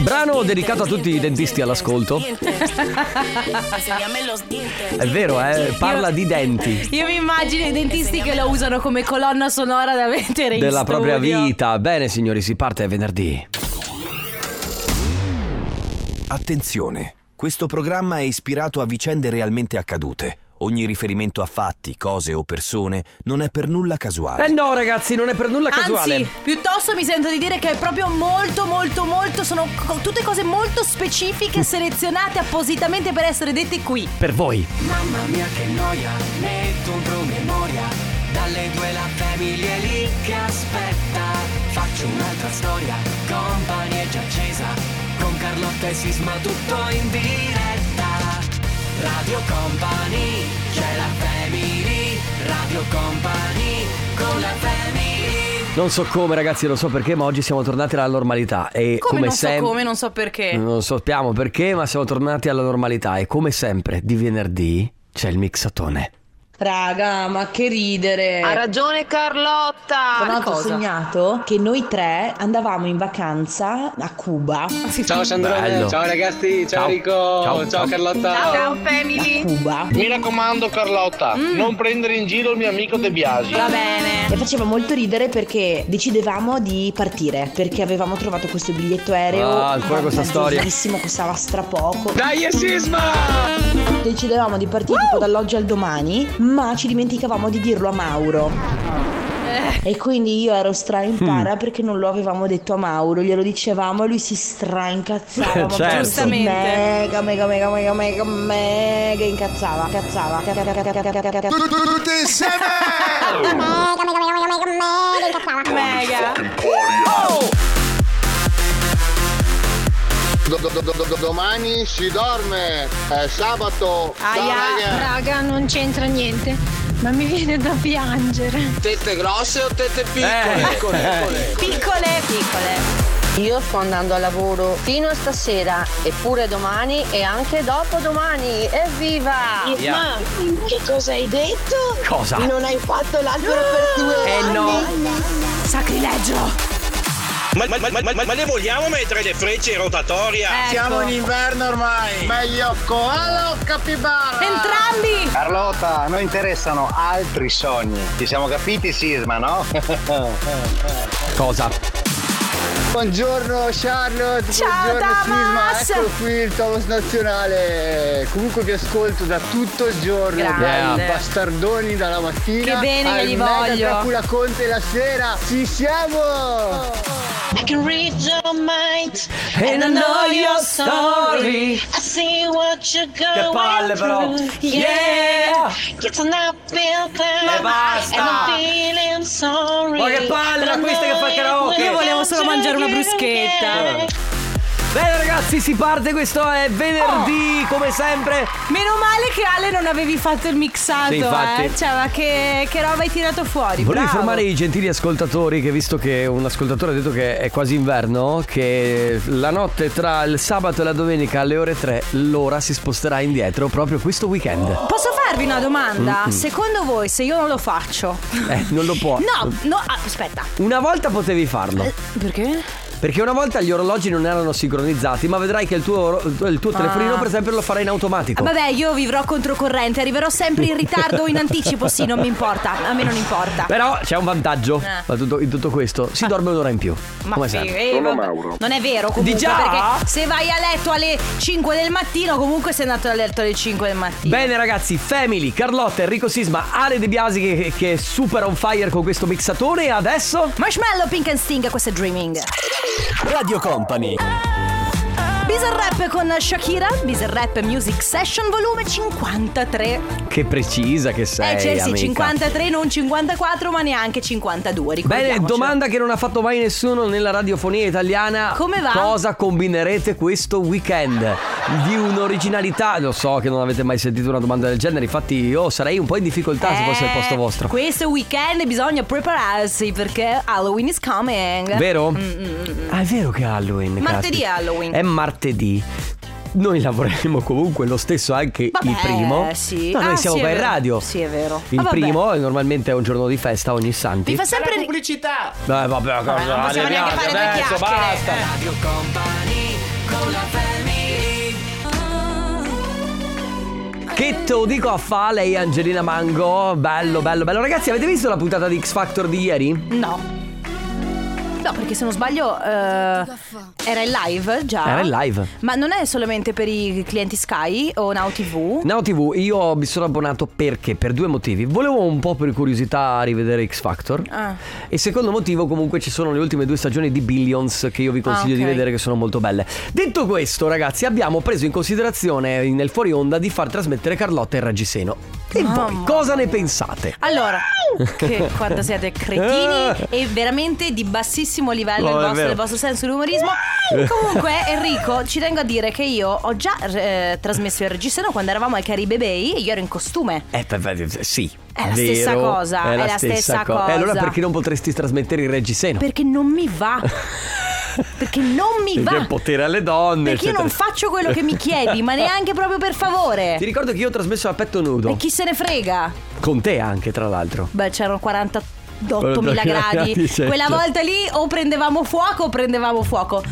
Brano dedicato a tutti i dentisti all'ascolto. È vero, eh? Parla di denti. Io mi immagino i dentisti che lo usano come colonna sonora da mettere in Della propria studio. vita. Bene, signori, si parte venerdì. Attenzione, questo programma è ispirato a vicende realmente accadute. Ogni riferimento a fatti, cose o persone non è per nulla casuale. Eh no, ragazzi, non è per nulla casuale. Anzi, piuttosto mi sento di dire che è proprio molto, molto, molto. Sono co- tutte cose molto Mm. specifiche, selezionate appositamente per essere dette qui. Per voi. Mamma mia che noia, metto un promemoria Dalle due la famiglia è lì che aspetta Faccio un'altra storia, company è già accesa Con Carlotta e Sisma tutto in diretta Radio Company, c'è la family Radio Company, con la family Non so come, ragazzi, non so perché, ma oggi siamo tornati alla normalità. E Come, come non sempre. Mm. so come, non so perché. Non sappiamo perché, ma siamo tornati alla normalità. E come sempre, di venerdì c'è il mixatone. Raga, ma che ridere! Ha ragione Carlotta. Tra l'altro ho cosa? sognato che noi tre andavamo in vacanza a Cuba. A Ciao Sandrone, Bello. ciao ragazzi, ciao, Ciao. Rico, Ciao. ciao, Carlotta. Ciao family. Cuba. Mi raccomando Carlotta, non prendere in giro il mio amico De Biasi. Va bene. E faceva molto ridere perché decidevamo di partire perché avevamo trovato questo biglietto aereo. Ah, ancora questa storia. Bellissimo, costava strapoco. Dai e Sisma! Decidevamo di partire tipo dall'oggi al domani, ma ci dimenticavamo di dirlo a Mauro. E quindi io ero stra in para perché non lo avevamo detto a Mauro, glielo dicevamo e lui si Eh, straincazzava. ma certo. Giustamente. Mega, mega, mega, mega, mega, mega incazzava. Cazzava. ca- ca- ca- ca- ca- ca- ca- ca- Mega. Domani si dorme, è sabato. Aia. Raga, non c'entra niente, ma mi viene da piangere. Tette grosse o tette Eh. Piccole, piccole. Io sto andando al lavoro fino a stasera, eppure domani e anche dopo domani. Evviva! Yeah. Che cosa hai detto? Cosa? Non hai fatto l'albero per due Eh no. Sacrilegio. Ma, ma- ma- ma- ma le vogliamo mettere le frecce in rotatoria? Siamo in inverno ormai! Meglio koala o capibara? Entrambi. Carlotta, a noi interessano altri sogni. Ci siamo capiti Sisma, no? Cosa? Buongiorno Charlotte, Eh. Ciao, buongiorno Damas. Sisma, ecco qui il Thomas Nazionale. Comunque vi ascolto da tutto il giorno, Grande. dai bastardoni dalla mattina. Che bene che al li mega voglio. Dracula Conte la sera. Ci siamo! I can read your mind. And I know your story. I see what you're oh, Che going palle però. through. Yeah. It's an uphill climb. E basta. And I'm feeling sorry. Ma che palle, But I ma questa che know fa it karaoke. will Io volevo solo mangiare una get bruschetta. again. Bene ragazzi, si parte, questo è venerdì, come sempre. Meno male che Ale non avevi fatto il mixato, Sì, infatti. eh. Cioè, ma che, che roba hai tirato fuori? Volevo Bravo. informare i gentili ascoltatori che visto che un ascoltatore ha detto che è quasi inverno, che la notte tra il sabato e la domenica alle ore 3 l'ora si sposterà indietro proprio questo weekend. Posso farvi una Mm, domanda? Secondo voi, se io non lo faccio? Eh, non lo può. No, Eh. no, ah, aspetta. Una volta potevi farlo. Perché? Perché una volta gli orologi non erano sincronizzati, ma vedrai che il tuo, oro- il tuo telefonino, per esempio, lo farà in automatico. Ah, vabbè, io vivrò controcorrente, arriverò sempre in ritardo o in anticipo, sì, non mi importa. A me non importa. Però c'è un vantaggio Eh. ma tutto- in tutto questo. Si dorme un'ora in più. Ma Come sì, sempre. eh, vabbè. Non è vero comunque Di già? perché se vai a letto alle 5 del mattino comunque sei andato a letto alle 5 del mattino. Bene ragazzi, Family, Carlotta, Enrico Sisma, Ale De Biasi che, che è super on fire con questo mixatore e adesso... Marshmallow, Pink and Sting, questo è Dreaming. Radio Company. Bizarre Rap con Shakira, Bizarre Rap Music Session volume 53. Che precisa che sei, eh Chelsea amica. 53, non 54 ma neanche 52, ricordiamoci. Bene, domanda che non ha fatto mai nessuno nella radiofonia italiana. Come va? Cosa combinerete questo weekend? Di un'originalità, lo so che non avete mai sentito una domanda del genere, infatti io sarei un po' in difficoltà se fosse al posto Eh, vostro. Questo weekend bisogna prepararsi perché Halloween is coming. Vero? Ah, è vero che è Halloween. mm, Martedì caspita. è Halloween. È martedì. Noi lavoreremo comunque lo stesso anche Vabbè, il primo. sì. Ma noi Ah, siamo sì, è qua in vero. radio. Sì, è vero. Il Ah, vabbè. primo eh, normalmente è un giorno di festa ogni Mi santi. fa sempre ri- Beh, vabbè, cosa? non possiamo Ale, neanche piace, fare due adesso chiacchiere. basta. Radio Company, con la family Che te lo dico a fa lei Angelina Mango. Bello, bello, bello. Ragazzi, avete visto la puntata di X Factor di ieri? No. No, perché se non sbaglio eh, era in live già. Era in live. Ma non è solamente per i clienti Sky o Now TV? Now TV, io mi sono abbonato perché? Per due motivi. Volevo un po' per curiosità rivedere X Factor. Ah. E secondo motivo, comunque, ci sono le ultime due stagioni di Billions che io vi consiglio Ah, di ok. vedere, che sono molto belle. Detto questo, ragazzi, abbiamo preso in considerazione nel fuori onda di far trasmettere Carlotta e il Reggiseno. E voi, cosa ne pensate? Allora, che quando siete cretini e veramente di bassissimo livello Ah! No, il, è vostro, vero. il vostro senso dell'umorismo. Comunque, Enrico, ci tengo a dire che io ho già eh, trasmesso il reggiseno quando eravamo ai Caribe Bay e io ero in costume. Eh, per- per- sì. È la stessa vero, cosa, è la stessa cosa. E allora perché non potresti trasmettere il Reggiseno? Perché non mi va. perché non mi Perché va. potere alle donne. Perché io non eccetera. faccio quello che mi chiedi, ma neanche proprio per favore. Ti ricordo che io ho trasmesso a petto E nudo. chi se ne frega? Con te anche, tra l'altro. Beh, c'erano 48.000 48.000 gradi. gradi, certo. Quella volta lì o prendevamo fuoco o prendevamo fuoco.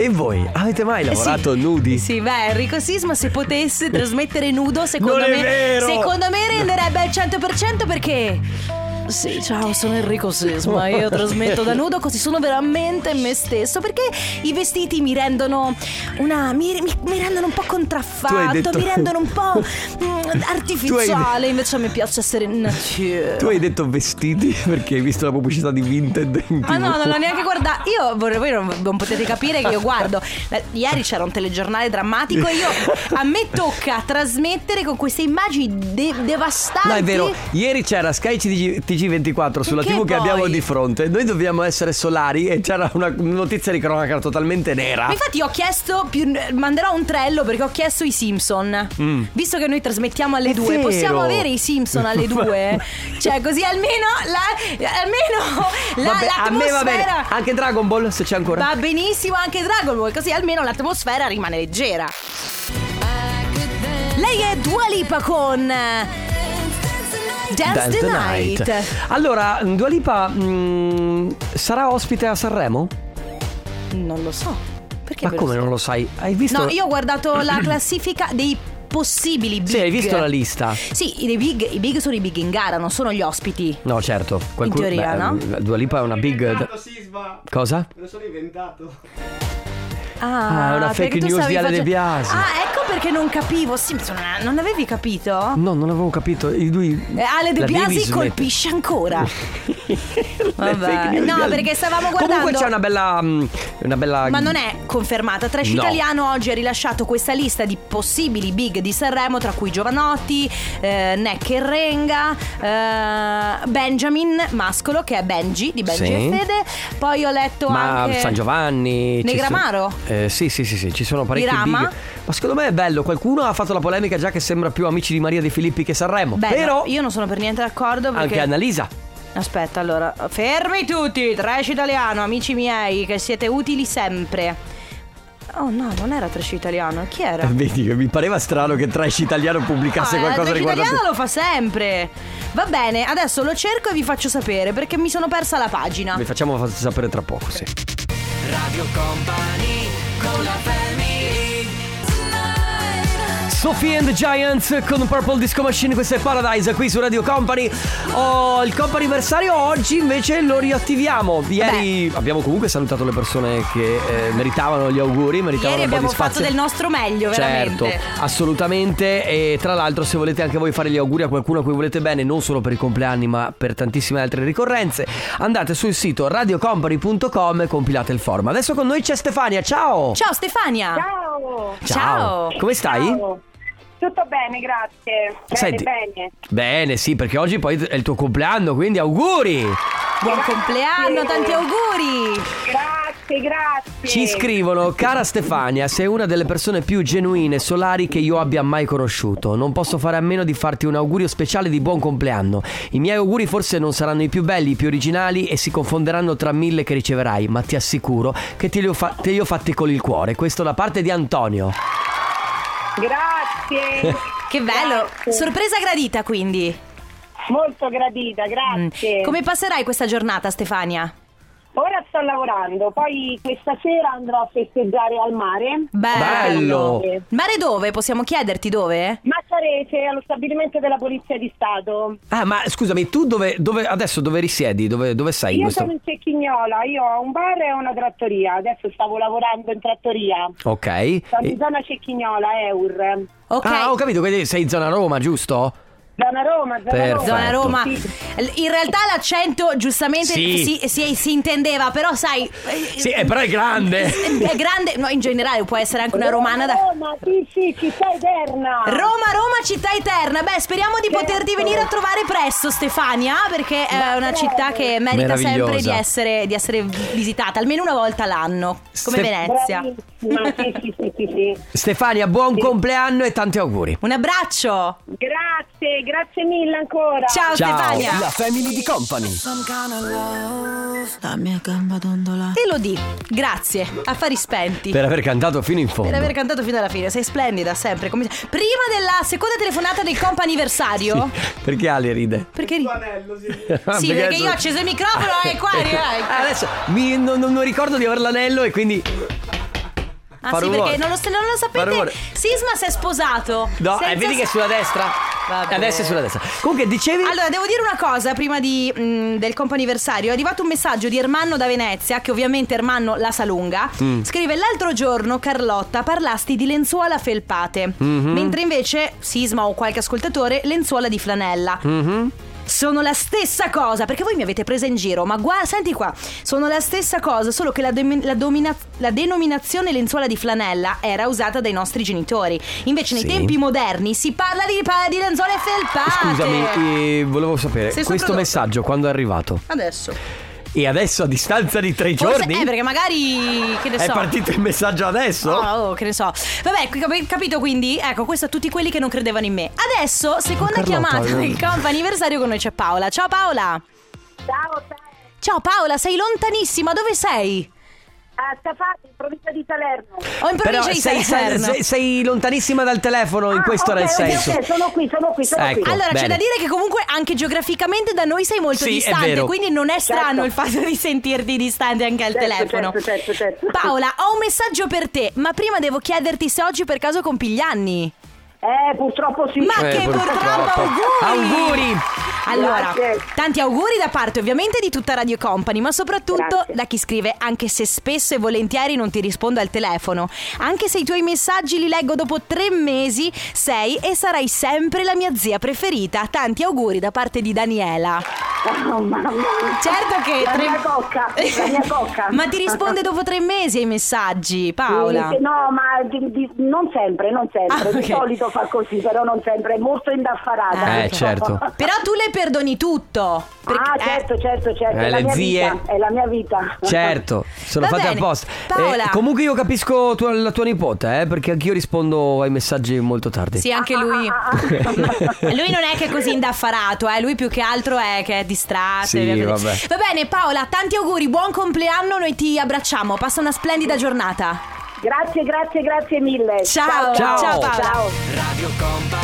E voi avete mai lavorato nudi? Eh Sì, beh, Enrico Sisma se potesse trasmettere nudo, secondo Non è me vero! secondo me renderebbe al 100% perché sì, ciao, sono Enrico Sisma, io trasmetto da nudo così sono veramente me stesso perché i vestiti mi rendono una mi, mi- mi rendono un po' Tu contraffatto, hai detto- mi rendono un po' mm, artificiale, invece a me piace essere natura. Tu hai detto vestiti perché hai visto la pubblicità di Vinted in Ma Ah, no, TV. non l'ho neanche guardata. Io vorrei, voi non, non potete capire che io guardo. La- Ieri c'era un telegiornale drammatico e io a me tocca trasmettere con queste immagini de- devastanti. No, è vero, ieri c'era Sky TG, 24 sulla Che TV che poi? abbiamo di fronte. Noi dobbiamo essere solari e c'era una notizia di cronaca totalmente nera. Ma Infatti ho chiesto, più- manderò un trello perché ho chiesto i Simpson. Visto che noi trasmettiamo alle Mm. È due, possiamo vero. avere i Simpson alle due? cioè così almeno la, almeno la, Vabbè, a me va bene. l'atmosfera Anche Dragon Ball se c'è ancora. va benissimo anche Dragon Ball, così almeno l'atmosfera rimane leggera. Lei è Dua Lipa con eh, Dance, Dance the, the Night. Night. Allora, Dua Lipa mh, sarà ospite a Sanremo? Non lo so. Perché Ma ve come so? non lo sai? Hai visto? No, io ho guardato la classifica dei possibili big. Sì, hai visto la lista? Sì, i dei big, i big sono i big in gara, non sono gli ospiti. No, certo. In teoria, no? mh, Dua Lipa è una big. Cosa? Ah, Ah, è una perché fake tu news stavi di Ale facendo- De Biasi. Ah, ecco perché non capivo. Simpson, non avevi capito? No, non avevo capito. I- Lui. Eh, Ale De la devi Biasi smettere. colpisce ancora. Le fake news Vabbè. di No, Ale- perché stavamo guardando. Comunque c'è una bella. mh, Una bella. Ma non è confermata. Trash No. Italiano oggi ha rilasciato questa lista di possibili big di Sanremo, tra cui Giovanotti, eh, Neck e Renga, eh, Benjamin Mascolo, che è Benji di Benji Sì. e Fede. Poi ho letto mm, Ma anche. San Giovanni. ci Negramaro? sono- eh, sì, sì, sì, sì, ci sono parecchi Irama? big. Ma secondo me è bello. Qualcuno ha fatto la polemica già che sembra più amici di Maria De Filippi che Sanremo. Beh, Però. no, io non sono per niente d'accordo perché. Anche Annalisa. Aspetta, allora, fermi tutti, trash italiano, amici miei, che siete utili sempre. Oh no, non era trash italiano, chi era? Eh, Vedi che mi pareva strano che Trash Italiano pubblicasse No, qualcosa il riguardo a te. italiano lo fa sempre. Va bene, adesso lo cerco e vi faccio sapere perché mi sono persa la pagina. Vi facciamo fa- sapere tra poco, sì. Radio Company con la family Sophie and the Giants con Purple Disco Machine, questo è Paradise qui su Radio Company. Oh, il comp anniversario oggi invece lo riattiviamo. Ieri abbiamo comunque salutato le persone che eh, meritavano gli auguri, meritavano Ieri un po' abbiamo di fatto spazio. del nostro meglio, veramente. Certo, assolutamente. E tra l'altro, se volete anche voi fare gli auguri a qualcuno a cui volete bene, non solo per i compleanni, ma per tantissime altre ricorrenze, andate sul sito radiocompany.com e compilate il form. Adesso con noi c'è Stefania. Ciao! Ciao Stefania. Ciao! Ciao. Come stai? Ciao. Tutto bene, grazie. Bene, Senti. bene. Bene, sì, perché oggi poi è il tuo compleanno, quindi auguri! Buon compleanno, Grazie. tanti auguri. Grazie, grazie. Ci scrivono, cara Stefania, sei una delle persone più genuine e solari che io abbia mai conosciuto. Non posso fare a meno di farti un augurio speciale di buon compleanno. I miei auguri forse non saranno i più belli, i più originali e si confonderanno tra mille che riceverai, ma ti assicuro che te li ho, fa- te li ho fatti con il cuore. Questo da parte di Antonio. Grazie. Che bello. Grazie. Sorpresa gradita, quindi. Molto gradita, grazie. Mm. Come passerai questa giornata, Stefania? Ora sto lavorando, poi questa sera andrò a festeggiare al mare. Bello. Mare dove? Possiamo chiederti dove? Ma sarete allo stabilimento della Polizia di Stato. Ah, ma scusami, tu dove, dove- adesso dove risiedi? Dove, dove sei Eh, in io questo? sono in Cecchignola, io ho un bar e una trattoria. Adesso stavo lavorando in trattoria. Ok. Sono E- in zona Cecchignola, Eur. Ah, ho capito, quindi sei in zona Roma, giusto? Zona Roma, zona Perfetto. Roma. Zona Roma. Sì. In realtà l'accento giustamente Sì. si, si- si intendeva, però sai... eh, Sì, eh, però è grande. È grande, no, in generale può essere anche una romana da... Roma, sì, sì, città eterna. Roma, Roma, città eterna. Beh, speriamo di poterti venire a trovare presto, Stefania, perché è una città che merita sempre di Meravigliosa. essere, di essere visitata almeno una volta l'anno, come Ste- Venezia. Bravissima, sì, sì, sì, sì, sì. Stefania, buon compleanno e tanti auguri. Un abbraccio. Grazie, grazie mille ancora. Ciao, Ciao. Stefania. La family di company. La mia gamba dondola. Te lo di. Grazie. Affari spenti. Per aver cantato fino in fondo. Per aver cantato fino alla fine, sei splendida sempre. come- Prima della seconda telefonata del comp anniversario. Perché Ale ride? Perché ri- Ah, Sì, perché io eh, ho acceso il microfono e qua arriva- Ah, Adesso mi- non, non- non ricordo di aver l'anello e quindi. Ah, Fa sì, rumore. perché non lo, se non lo Fa sapete, rumore. Sisma si è sposato. No, eh, Senza vedi che è sa- sulla destra. Vabbè. Adesso è sulla destra. Comunque, dicevi. Allora, devo dire una cosa prima di, mh, del comp'anniversario. È arrivato un messaggio di Ermanno da Venezia, che ovviamente Ermanno la salunga. Mm. Scrive: L'altro giorno, Carlotta, parlasti di lenzuola felpate, Mhm. mentre invece Sisma o qualche ascoltatore, lenzuola di flanella. Mhm. Sono la stessa cosa, perché voi mi avete presa in giro, ma guarda, senti qua, sono la stessa cosa, solo che la, demi- la domina- la denominazione lenzuola di flanella era usata dai nostri genitori. Invece nei Sì. tempi moderni si parla di, pa- di lenzuole felpate. Scusami, eh, volevo sapere, Stesso questo prodotto. messaggio quando è arrivato? Adesso. E adesso a distanza di tre Forse- giorni? eh, perché magari. Che ne è so. partito il messaggio adesso? Ah, oh, che ne so. Vabbè, cap- capito quindi? Ecco, questo a tutti quelli che non credevano in me. Adesso, seconda Carlotta, chiamata eh. del comp anniversario con noi c'è Paola. Ciao Paola. Ciao, ciao. Ciao Paola, sei lontanissima, dove sei? A Stafati, in provincia di Salerno. Ho in Però provincia di sei, sei- Salerno. sei- sei lontanissima dal telefono, in Ah, questo era il ok, ok, senso. ok, sono qui, sono qui, sono Ecco. qui. Allora, c'è bene. da dire che comunque anche geograficamente da noi sei molto Sì, è distante, vero. quindi non è strano Certo. il fatto di sentirti distante anche al Certo, telefono. certo, certo, certo. Paola, ho un messaggio per te, ma prima devo chiederti se oggi per caso compi gli anni. Eh, purtroppo sì. Ma Eh, che purtroppo. purtroppo auguri! Auguri! Allora, Grazie. tanti auguri da parte ovviamente di tutta Radio Company, ma soprattutto Grazie. da chi scrive, anche se spesso e volentieri non ti rispondo al telefono. Anche se i tuoi messaggi li leggo dopo tre mesi, sei e sarai sempre la mia zia preferita. Tanti auguri da parte di Daniela. Oh, mamma mia. Certo che... La tre- mia cocca, la mia cocca. ma ti risponde dopo tre mesi ai messaggi, Paola. Sì, No, ma di- di- non sempre, non sempre. Ah, ok. Di solito fa così, però non sempre. È molto indaffarata. Ah, Eh, purtroppo. certo. Però tu le perdoni tutto. Ah, perché- eh, certo, certo, certo. Eh, è la le mia zie. vita. È la mia vita. Certo, sono Va fatte bene. apposta. Paola. Eh, comunque io capisco tua- la tua nipote, eh, perché anch'io rispondo ai messaggi molto tardi. eh, Ah, Sì, anche lui. lui non è che è così indaffarato, eh. lui più che altro è che è distratto. Sì, e via così. vabbè. Va bene, Paola, tanti auguri, buon compleanno, noi ti abbracciamo, passa una splendida giornata. Grazie, grazie, grazie mille. Ciao, Ciao. ciao Paola. Ciao.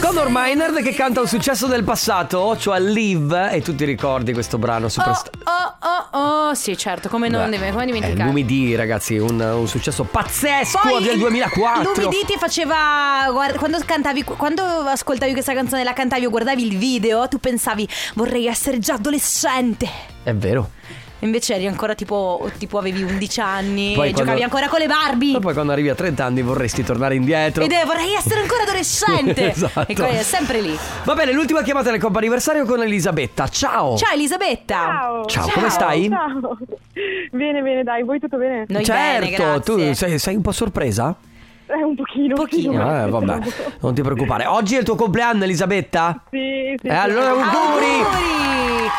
Conor Maynard che canta un successo del passato, cioè Live, e tu ti ricordi questo brano Oh, superstar. oh, oh, oh, sì, certo, come non Beh, deve, come eh, dimenticare. Lumidì, ragazzi, un, un successo pazzesco del 2004. Lumidì ti faceva guard- quando cantavi quando ascoltavi questa canzone la cantavi o guardavi il video, tu pensavi vorrei essere già adolescente. È vero. Invece eri ancora tipo tipo avevi 11 anni Poi e quando- giocavi ancora con le Barbie. Ma poi quando arrivi a 30 anni vorresti tornare indietro. Ed è, vorrei essere ancora adolescente. Esatto. E poi è sempre lì. Va bene, l'ultima chiamata del compa anniversario con Elisabetta. Ciao. Ciao Elisabetta. Ciao, come stai? Ciao. Bene, bene, dai, voi tutto bene? Noi bene, certo, grazie. tu sei, sei un po' sorpresa? Eh, un pochino. Pochino. Eh, vabbè, non ti preoccupare. Oggi è il tuo compleanno, Elisabetta? Sì, sì. E allora auguri! Auguri.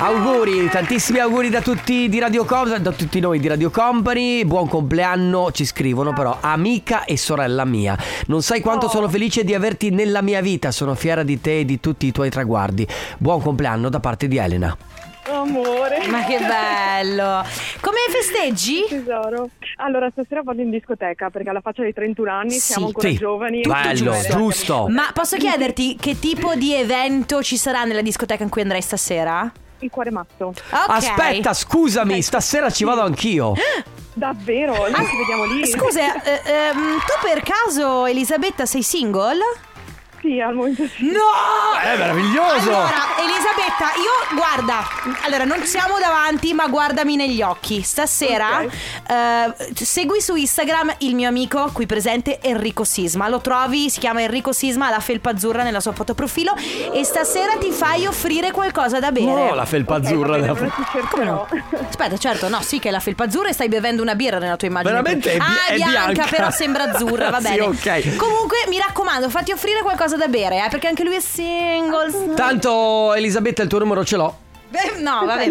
Auguri, tantissimi auguri da tutti di Radio Company, da tutti noi di Radio Company. Buon compleanno, ci scrivono però amica e sorella mia. Non sai quanto sono felice di averti nella mia vita, sono fiera di te e di tutti i tuoi traguardi. Buon compleanno da parte di Elena. Amore. Ma che bello. Come festeggi? Tesoro. Allora, stasera vado in discoteca perché alla faccia dei 31 anni siamo ancora Sì. giovani. Bello, giusto. Ma posso chiederti che tipo di evento ci sarà nella discoteca in cui andrai stasera? Il cuore matto. Aspetta, scusami, stasera ci vado anch'io. Eh. Davvero? Lì ci vediamo lì. Scusa, eh, ehm, tu per caso, Elisabetta, sei single? Sì, al momento sì. No! Ah, È meraviglioso! Allora, Elisabetta, io guarda, allora non siamo davanti, ma guardami negli occhi. Stasera eh, segui su Instagram il mio amico qui presente Enrico Sisma. Lo trovi, si chiama Enrico Sisma, ha la felpa azzurra nella sua foto profilo e stasera ti fai offrire qualcosa da bere. No, la felpa azzurra della foto. Come no? Aspetta, certo, no, sì che è la felpa azzurra e stai bevendo una birra nella tua immagine. Veramente è bi- ah, è bianca, bianca. però sembra azzurra, va Sì, bene. ok. Comunque, mi raccomando, fatti offrire qualcosa da bere, eh, perché anche lui è Ah. single. Tanto Elisabetta il tuo numero ce l'ho. Beh, no, vabbè,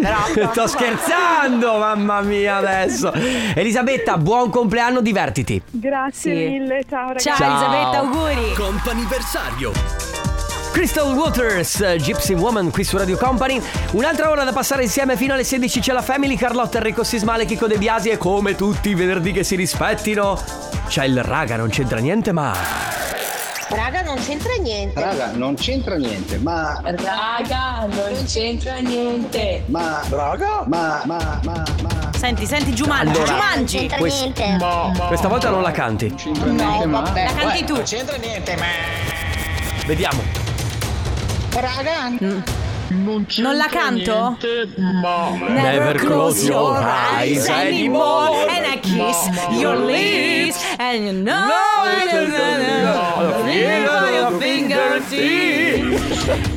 però. Sto scherzando, mamma mia adesso. Elisabetta, buon compleanno, divertiti. Grazie Sì. mille, ciao ragazzi. Ciao, Ciao. Elisabetta, auguri. Comp'anniversario. Crystal Waters, eh, Gypsy Woman qui su Radio Company. Un'altra ora da passare insieme fino alle 16 c'è la Family, Carlotta, Enrico Sismale, Chico De Biasi e come tutti i venerdì che si rispettino. C'è il raga, non c'entra niente ma... Raga, non c'entra niente. Raga, non c'entra niente, ma. Raga, non c'entra niente. Ma. Raga? Ma, ma, ma, ma. Senti, senti, Giumangi, Allora, Giumangi. quest- Questa volta non la canti. La canti tu. c'entra niente, ma. Vediamo. Raga. Non, la canto? Never close your eyes anymore. And I kiss your lips. And you know your fingertips.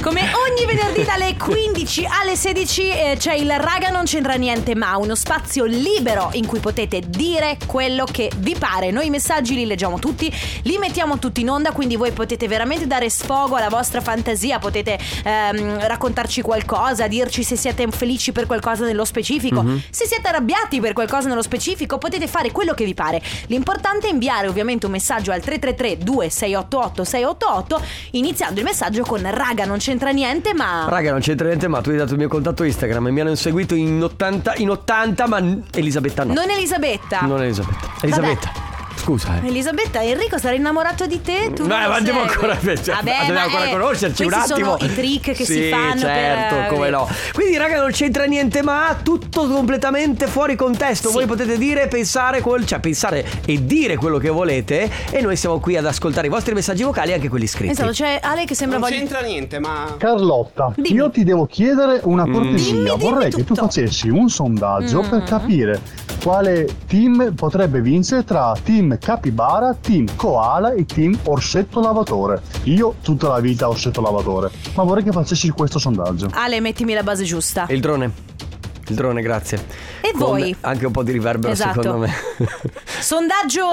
Come ogni venerdì dalle 15 alle 16 eh, c'è il Raga non c'entra niente ma uno spazio libero in cui potete dire quello che vi pare. Noi i messaggi li leggiamo tutti, li mettiamo tutti in onda, quindi voi potete veramente dare sfogo alla vostra fantasia, potete ehm, raccontarci qualcosa, dirci se siete felici per qualcosa nello specifico, Mhm. se siete arrabbiati per qualcosa nello specifico, potete fare quello che vi pare. L'importante è inviare ovviamente un messaggio al 333-2688-688, iniziando il messaggio con raga, non c'entra niente, ma... Raga, non c'entra niente ma tu hai dato il mio contatto Instagram e mi hanno seguito in 80, in 80 ma n- Elisabetta no. Non Elisabetta. Non Elisabetta. Elisabetta. Scusa, eh. Elisabetta, Enrico sarà innamorato di te? Tu No, non lo ma andiamo segui. ancora- cioè, Vabbè, dobbiamo ma, ancora eh, conoscerci un questi sono attimo. i trick che Sì, si fanno certo, per- come no. Quindi raga non c'entra niente ma tutto completamente fuori contesto. Voi potete dire, pensare, quel- cioè pensare e dire quello che volete e noi siamo qui ad ascoltare i vostri messaggi vocali e anche quelli scritti. Esatto, c'è Ale che sembra voglia niente, ma. Carlotta, io ti devo chiedere una cortesia. Vorrei che tu facessi un sondaggio Mm. per capire quale team potrebbe vincere tra team capibara, team koala e team orsetto lavatore. Io tutta la vita orsetto lavatore, ma vorrei che facessi questo sondaggio. Ale, mettimi la base giusta. Il drone. Il drone, grazie. E Con voi? Anche un po' di riverbero Esatto. secondo me. Sondaggio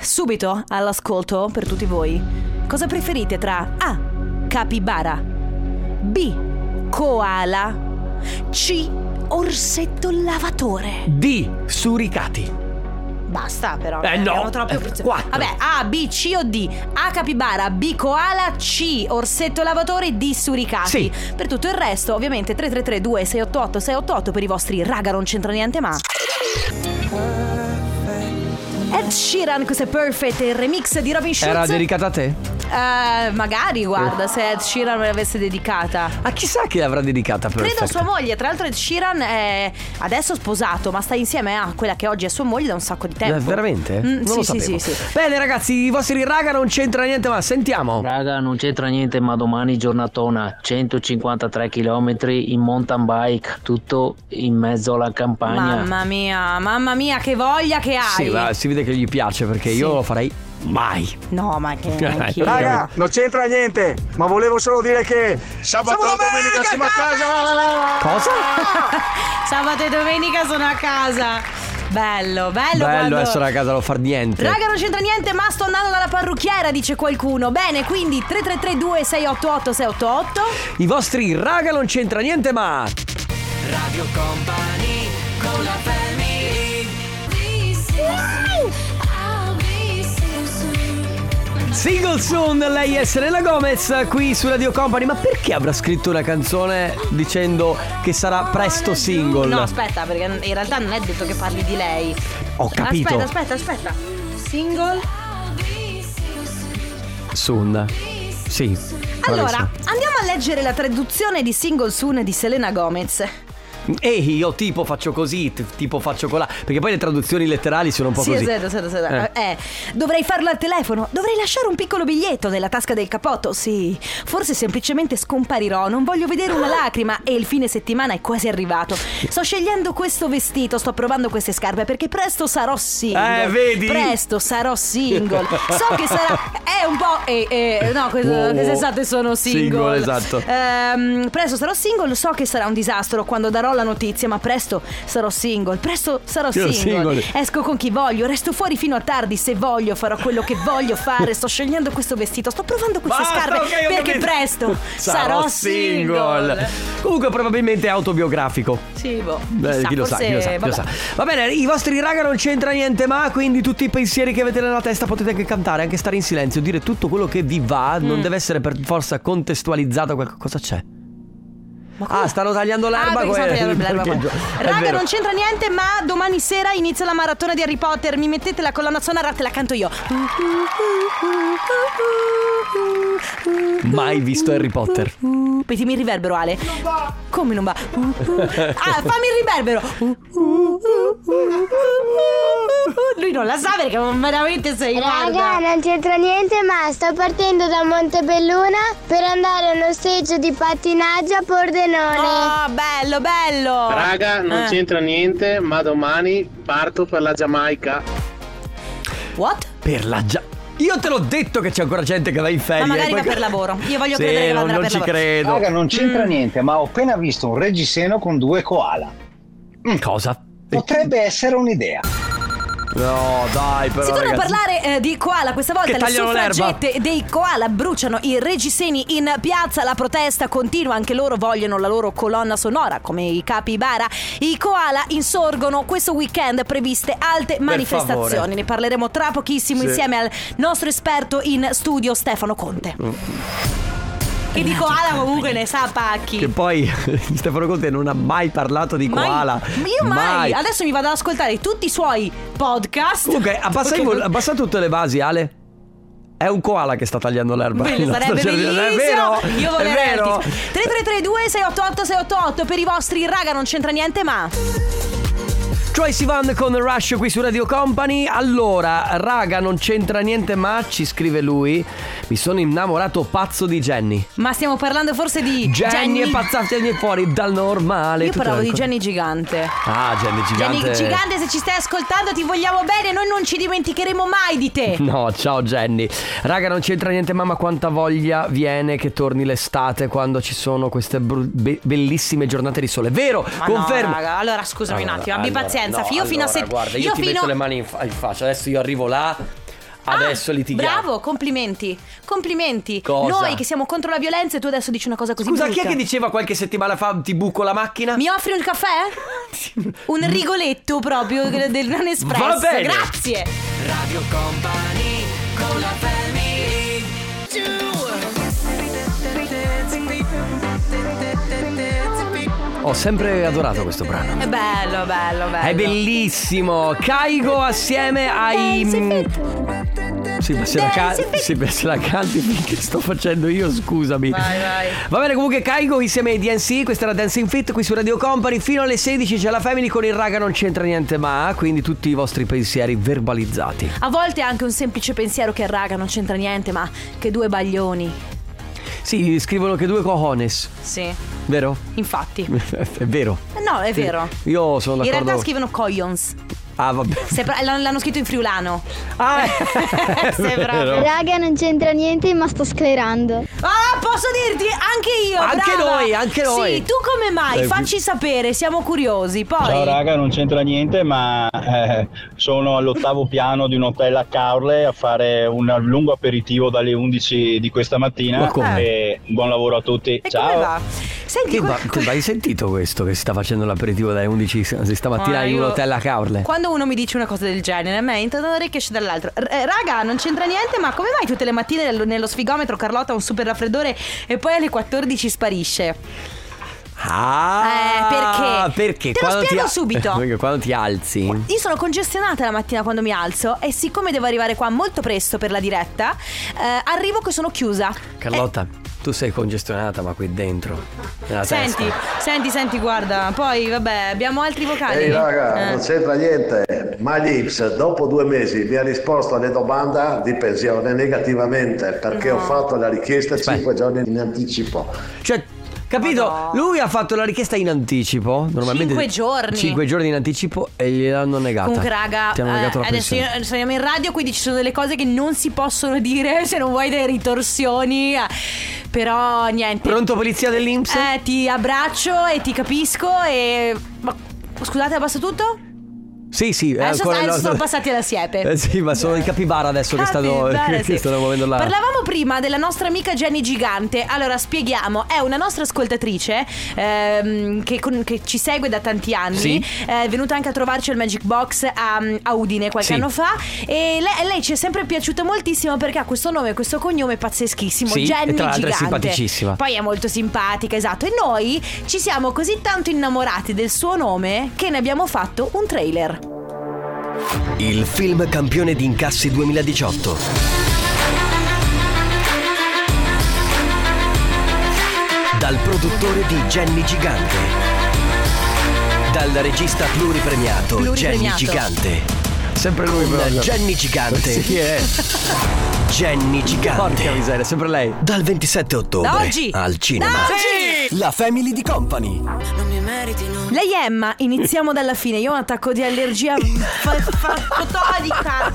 subito all'ascolto per tutti voi. Cosa preferite tra A. Capibara B. Koala C. Orsetto lavatore D. Suricati. Basta però Eh, no. abbiamo troppe opzioni. Quattro. Vabbè A, B, C o D A capibara, B koala, C orsetto lavatore, D suricati Sì. Per tutto il resto ovviamente 3332 688 688 per i vostri raga non c'entra niente ma Ed Sheeran, questo è Perfect, il remix di Robin Schulz Era dedicata a te? Eh, magari, guarda, se Ed Sheeran me l'avesse dedicata. A Ah, chissà chi l'avrà dedicata per Credo a sua moglie, tra l'altro Ed Sheeran è adesso sposato, ma sta insieme a quella che oggi è sua moglie da un sacco di tempo. Eh, veramente? Mm, non sì, lo sì, sapevo. sì, sì. Bene, ragazzi, i vostri raga non c'entra niente, ma sentiamo. Raga, non c'entra niente, ma domani giornatona, 153 km in mountain bike, tutto in mezzo alla campagna. Mamma mia, mamma mia, che voglia che hai. Sì, ma si vede che gli piace perché io lo farei mai. No, ma che neanch'io. Raga, non c'entra niente, ma volevo solo dire che sabato e domenica ah! siamo a casa. Cosa? Ah, Sabato e domenica sono a casa. Bello, bello, Bello quando- essere a casa, non far niente. Raga, non c'entra niente, ma sto andando dalla parrucchiera, dice qualcuno. Bene, quindi 3332 688 688. I vostri raga non c'entra niente, ma. Radio Company con la family. I'll be so soon. Single soon, lei è Selena Gomez qui su Radio Company. Ma perché avrà scritto una canzone dicendo che sarà presto single? No, aspetta, perché in realtà non è detto che parli di lei. Ho capito. Aspetta, aspetta, aspetta. Single. Soon. Sì. Allora, bravissima. andiamo a leggere la traduzione di Single Soon di Selena Gomez. Ehi, io tipo faccio così, t- tipo faccio colà. Perché poi le traduzioni letterali sono un po' Sì, così. aspetta, aspetta, aspetta. Eh. Eh, dovrei farlo al telefono. Dovrei lasciare un piccolo biglietto nella tasca del capotto. Sì, forse semplicemente scomparirò. Non voglio vedere una lacrima. E il fine settimana è quasi arrivato. Sto scegliendo questo vestito. Sto provando queste scarpe perché presto sarò single. Eh, vedi? Presto sarò single. So che sarà. È un po'. eh, eh, no, que- Wow. quest'estate sono single. Single, esatto. Ehm, presto sarò single. So che sarà un disastro quando darò la notizia. Ma presto sarò single. Presto sarò Io single. single. Esco con chi voglio, resto fuori fino a tardi se voglio, farò quello che voglio fare, sto scegliendo questo vestito, sto provando queste Basta, scarpe ok, ho perché capito. presto sarò, single. Comunque, probabilmente è autobiografico. Sì, boh, Eh, chissà, chi lo sa, forse- chi lo sa, chi lo vabbè. sa. Va bene, i vostri raga non c'entra niente, ma quindi tutti i pensieri che avete nella testa potete anche cantare, anche stare in silenzio, dire tutto quello che vi va, non Mm. deve essere per forza contestualizzato a qualcosa. Cosa c'è? ah, stanno tagliando l'erba Ah, perché con stanno tagliando l'erba, parcheggio. È Raga, vero. non c'entra niente, ma domani sera inizia la maratona di Harry Potter. Mi mettete la colonna sonora, te la canto io. Mai visto Harry Potter. Petimi il riverbero, Ale. Come non va? Ah, fammi il riverbero. Lui non la sa perché veramente sei Raga, guarda. non c'entra niente, ma sto partendo da Montebelluna per andare a uno stage di pattinaggio a Pordenone. Oh, bello, bello! Raga, non Eh. c'entra niente, ma domani parto per la Giamaica. What? Per la già. Io te l'ho detto che c'è ancora gente che va in ferie. Ma magari eh, va quel- per lavoro. Io voglio Sì, credere che non- andrà non per ci lavoro. credo. Raga, non c'entra Mm. niente, ma ho appena visto un reggiseno con due koala. Mm. Cosa? Potrebbe essere un'idea. No, dai, però. Si torna a ragazzi. parlare eh, di koala, questa Che volta le tagliano l'erba. suffragette dei koala bruciano i reggiseni in piazza, la protesta continua, anche loro vogliono la loro colonna sonora come i capibara. I koala insorgono questo weekend previste alte manifestazioni, favore. ne parleremo tra pochissimo Sì. insieme al nostro esperto in studio Stefano Conte. Mm. Che di koala comunque ne sa pacchi. Che poi Stefano Conte non ha mai parlato di Mai- koala. Ma Io mai. Adesso mi vado ad ascoltare tutti i suoi podcast. Comunque, abbassa, i vol- Perché- abbassa tutte le basi, Ale. È un koala che sta tagliando l'erba. Bello, Non sarebbe sto bellissimo. cercando- È vero? Io è voglio vero? 3332 688 688 per i vostri raga non c'entra niente ma Troy Sivan con Rush qui su Radio Company. Allora, raga, non c'entra niente, ma ci scrive lui. Mi sono innamorato pazzo di Jenny. ma stiamo parlando forse di Jenny, è pazza, Jenny è fuori dal normale. Io tutte le parlavo di cose. Jenny Gigante. Ah, Jenny gigante. Jenny Gigante, se ci stai ascoltando, ti vogliamo bene. Noi non ci dimenticheremo mai di te. No, ciao Jenny. Raga, non c'entra niente, mamma, quanta voglia viene che torni l'estate quando ci sono queste bru- be- bellissime giornate di sole. Vero? Ma no, confermo. raga, allora, scusami un attimo, abbi pazienza. no, Io fino a allora, set- guarda, io, io ti fino- metto Ah, le mani in, fa- in faccia. Adesso io arrivo là. Adesso litighiamo. Bravo, complimenti. Complimenti. Cosa? Noi che siamo contro la violenza e tu adesso dici una cosa così Scusa, chi brutta. è che diceva qualche settimana fa ti buco la macchina? Mi offri un caffè? Un rigoletto proprio del del Nespresso. Va bene. Grazie. Radio Company con la family. Ho sempre adorato questo brano. È bello, bello, bello. È bellissimo. Caigo Eh, assieme ai. Sì, ma se la, ca- sì, ma se la canti finché sto facendo io, scusami. Vai, vai. Va bene, comunque Caigo insieme ai DNC, questa era Dancing Fit qui su Radio Company. Fino alle 16 c'è la Family con il raga non c'entra niente ma, quindi tutti i vostri pensieri verbalizzati. A volte anche un semplice pensiero che raga non c'entra niente, ma che due baglioni. Sì, scrivono che due cojones, Sì, vero? infatti. È vero. Eh No, è vero. Io sono In d'accordo. realtà scrivono coglions. Ah, vabbè. Se pro- l'hanno l'hanno scritto in friulano. Ah, Raga, non c'entra niente, ma sto sclerando. Ah, posso dirti anche io. Anche brava. noi, anche noi. Sì, tu come mai? Eh, Facci sapere, siamo curiosi. Poi. Ciao raga, non c'entra niente, ma eh, sono all'ottavo piano di un hotel a Caorle a fare un lungo aperitivo dalle 11 di questa mattina. Ma come? E buon lavoro a tutti. Ciao. Come va? Senti, ma, qua- tu- ma hai sentito questo che si sta facendo l'aperitivo dalle 11 s- stamattina Ah, in un io- hotel a Caorle? Quando uno mi dice una cosa del genere, a me entra da un orecchio e esce dall'altro. R- eh, raga, non c'entra niente, ma come mai tutte le mattine nello, nello sfigometro Carlotta ha un super raffreddore e poi alle 14 sparisce? Ah, Eh, perché? Perché? Te lo quando spiego ti... subito. Eh. Perché quando ti alzi. Io sono congestionata la mattina quando mi alzo e siccome devo arrivare qua molto presto per la diretta, eh, arrivo che sono chiusa. Carlotta, tu sei congestionata, ma qui dentro. Nella Senti, testa. senti, senti, guarda. Poi, vabbè, abbiamo altri vocali. Ehi raga, Eh. non c'entra niente, ma l'Ips dopo due mesi mi ha risposto alle domande di pensione negativamente perché Ah. ho fatto la richiesta cinque giorni in anticipo. Cioè, capito? Lui ha fatto la richiesta in anticipo. Normalmente Cinque giorni. 5 giorni in anticipo e gliel'hanno negata. Comunque, raga, Ti hanno eh, negato la adesso pensione. io- siamo in radio, quindi ci sono delle cose che non si possono dire se non vuoi delle ritorsioni. eh. Però niente. Pronto, polizia dell'Inps? Eh, ti abbraccio e ti capisco. E. Ma scusate, basta tutto? Sì, sì, è adesso ancora il adesso nostro- sono passati alla siepe. Eh sì, ma sono i capibara adesso che stanno, Capibara, che sì. stanno muovendo la. Parlavamo prima della nostra amica Jenny Gigante. Allora, spieghiamo: è una nostra ascoltatrice ehm, che, con- che ci segue da tanti anni. Sì. Eh, È venuta anche a trovarci al Magic Box a, mm, a Udine qualche Sì. anno fa. E lei, lei ci è sempre piaciuta moltissimo perché ha questo nome, questo cognome pazzeschissimo. Sì, e tra Jenny l'altro è Gigante. simpaticissima. Poi è molto simpatica, esatto. E noi ci siamo così tanto innamorati del suo nome che ne abbiamo fatto un trailer. Il film campione di incassi 2018. Dal produttore di Jenny Gigante. Dal regista pluripremiato, Pluripremiato. Jenny Gigante. Sempre lui Con proprio. Jenny Gigante. Sì, è. Jenny Gigante. Porca miseria, sempre lei. Dal 27 ottobre Da oggi. al cinema. Da oggi. La Family di Company. Lei è Emma, iniziamo dalla fine. Io ho un attacco di allergia fa- fa- fotodica.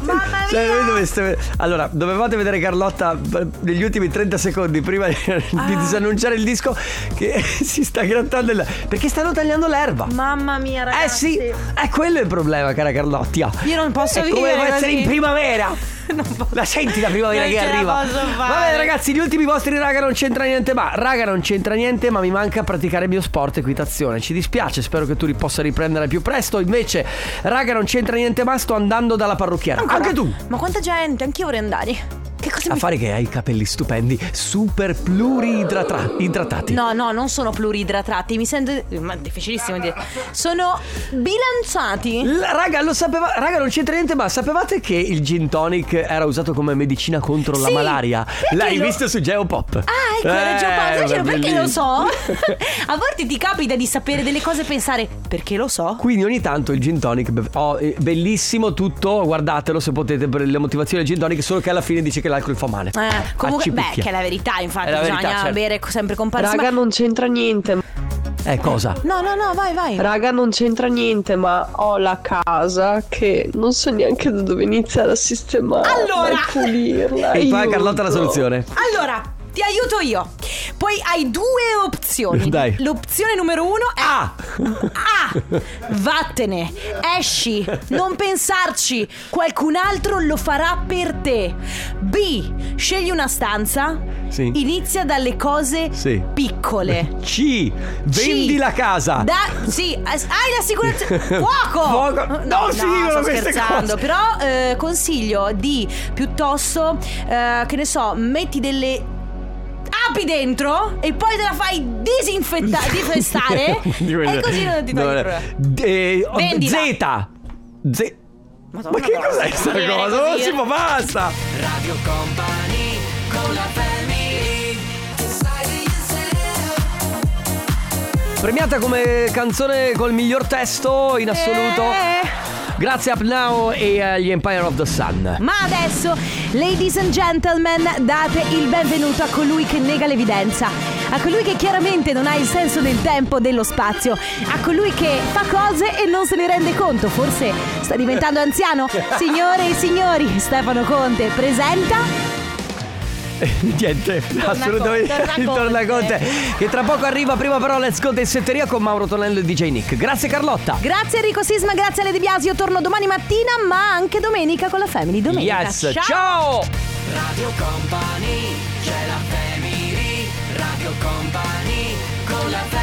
Mamma mia. Cioè, voi doveste- Allora, dovevate vedere Carlotta eh, negli ultimi 30 secondi prima di, Ah. di disannunciare il disco che si sta grattando il- perché stanno tagliando l'erba. Mamma mia, ragazzi. Eh sì, è quello il problema, cara Carlottia. Io non posso è come vivere essere così. in primavera. La senti la primavera Non che ce la arriva. posso fare. Va bene, ragazzi, gli ultimi vostri raga non c'entra niente, ma raga non c'entra niente, ma mi manca praticare il mio sport equitazione. Ci dispiace, spero che tu li possa riprendere più presto. Invece, raga non c'entra niente, ma sto andando dalla parrucchiera. Ancora? Anche tu. Ma quanta gente, anch'io vorrei andare. Che cosa A mi fare che hai i capelli stupendi, super pluriidratra- idratati. No, no, non sono pluridratati, mi sento. Ma è difficilissimo dire. Sono bilanciati. La- raga, lo sapeva, raga, non c'entra niente, ma sapevate che il gin tonic era usato come medicina contro la Sì, malaria? perché L'hai lo- visto su Geopop? Ah, ecco, era già Eh, fatto, dicevo, vabbè, perché lì. lo so. A volte ti capita di sapere delle cose e pensare, perché lo so? Quindi ogni tanto il gin tonic, bev- oh, eh, bellissimo tutto, guardatelo se potete per le motivazioni del gin tonic, solo che alla fine dice che l'alcol fa male. Ah, Eh, comunque, beh, Acciucchia. che è la verità, infatti, È la verità, bisogna certo. bere co- sempre con parsimonia. Raga, non c'entra niente. Eh, cosa? No, no, no, vai, vai. Raga, non c'entra niente, ma ho la casa che non so neanche da dove iniziare a sistemare. Allora! a pulirla. E qua è aiuto. Carlotta la soluzione. Allora, ti aiuto io. Poi hai due opzioni. Dai. Ah. L'opzione numero uno è A. Vattene, esci, non pensarci. Qualcun altro lo farà per te. B. Scegli una stanza. Sì. Inizia dalle cose Sì. piccole. C. Vendi la casa. Da- sì, as- hai l'assicurazione. Fuoco! Fuoco. Non no, si dicono sto queste scherzando. cose. Però eh, consiglio di piuttosto, eh, che ne so, metti delle api dentro e poi te la fai disinfettare, difestare. Di quello- e così non ti togli no, il no. problema. D- eh, oh, Vendila. Z. Z. Ma che cos'è questa viene cosa? così, Non si eh. può, basta. Radio Company con la family Premiata come canzone col miglior testo in assoluto. Grazie a Up Now e agli Empire of the Sun. Ma adesso, ladies and gentlemen, date il benvenuto a colui che nega l'evidenza, a colui che chiaramente non ha il senso del tempo, dello spazio, a colui che fa cose e non se ne rende conto, forse sta diventando anziano. Signore e signori, Stefano Conte presenta... Niente, assolutamente Conte, torna torna con Conte. te. Che tra poco arriva prima però Let's Go Tessetteria con Mauro Tonello e DJ Nick. Grazie Carlotta. Grazie Enrico Sisma, grazie Ale De Biasio, torno domani mattina ma anche domenica con la Family Domenica. Yes, ciao! Radio Company c'è la family Radio Company con la famiglia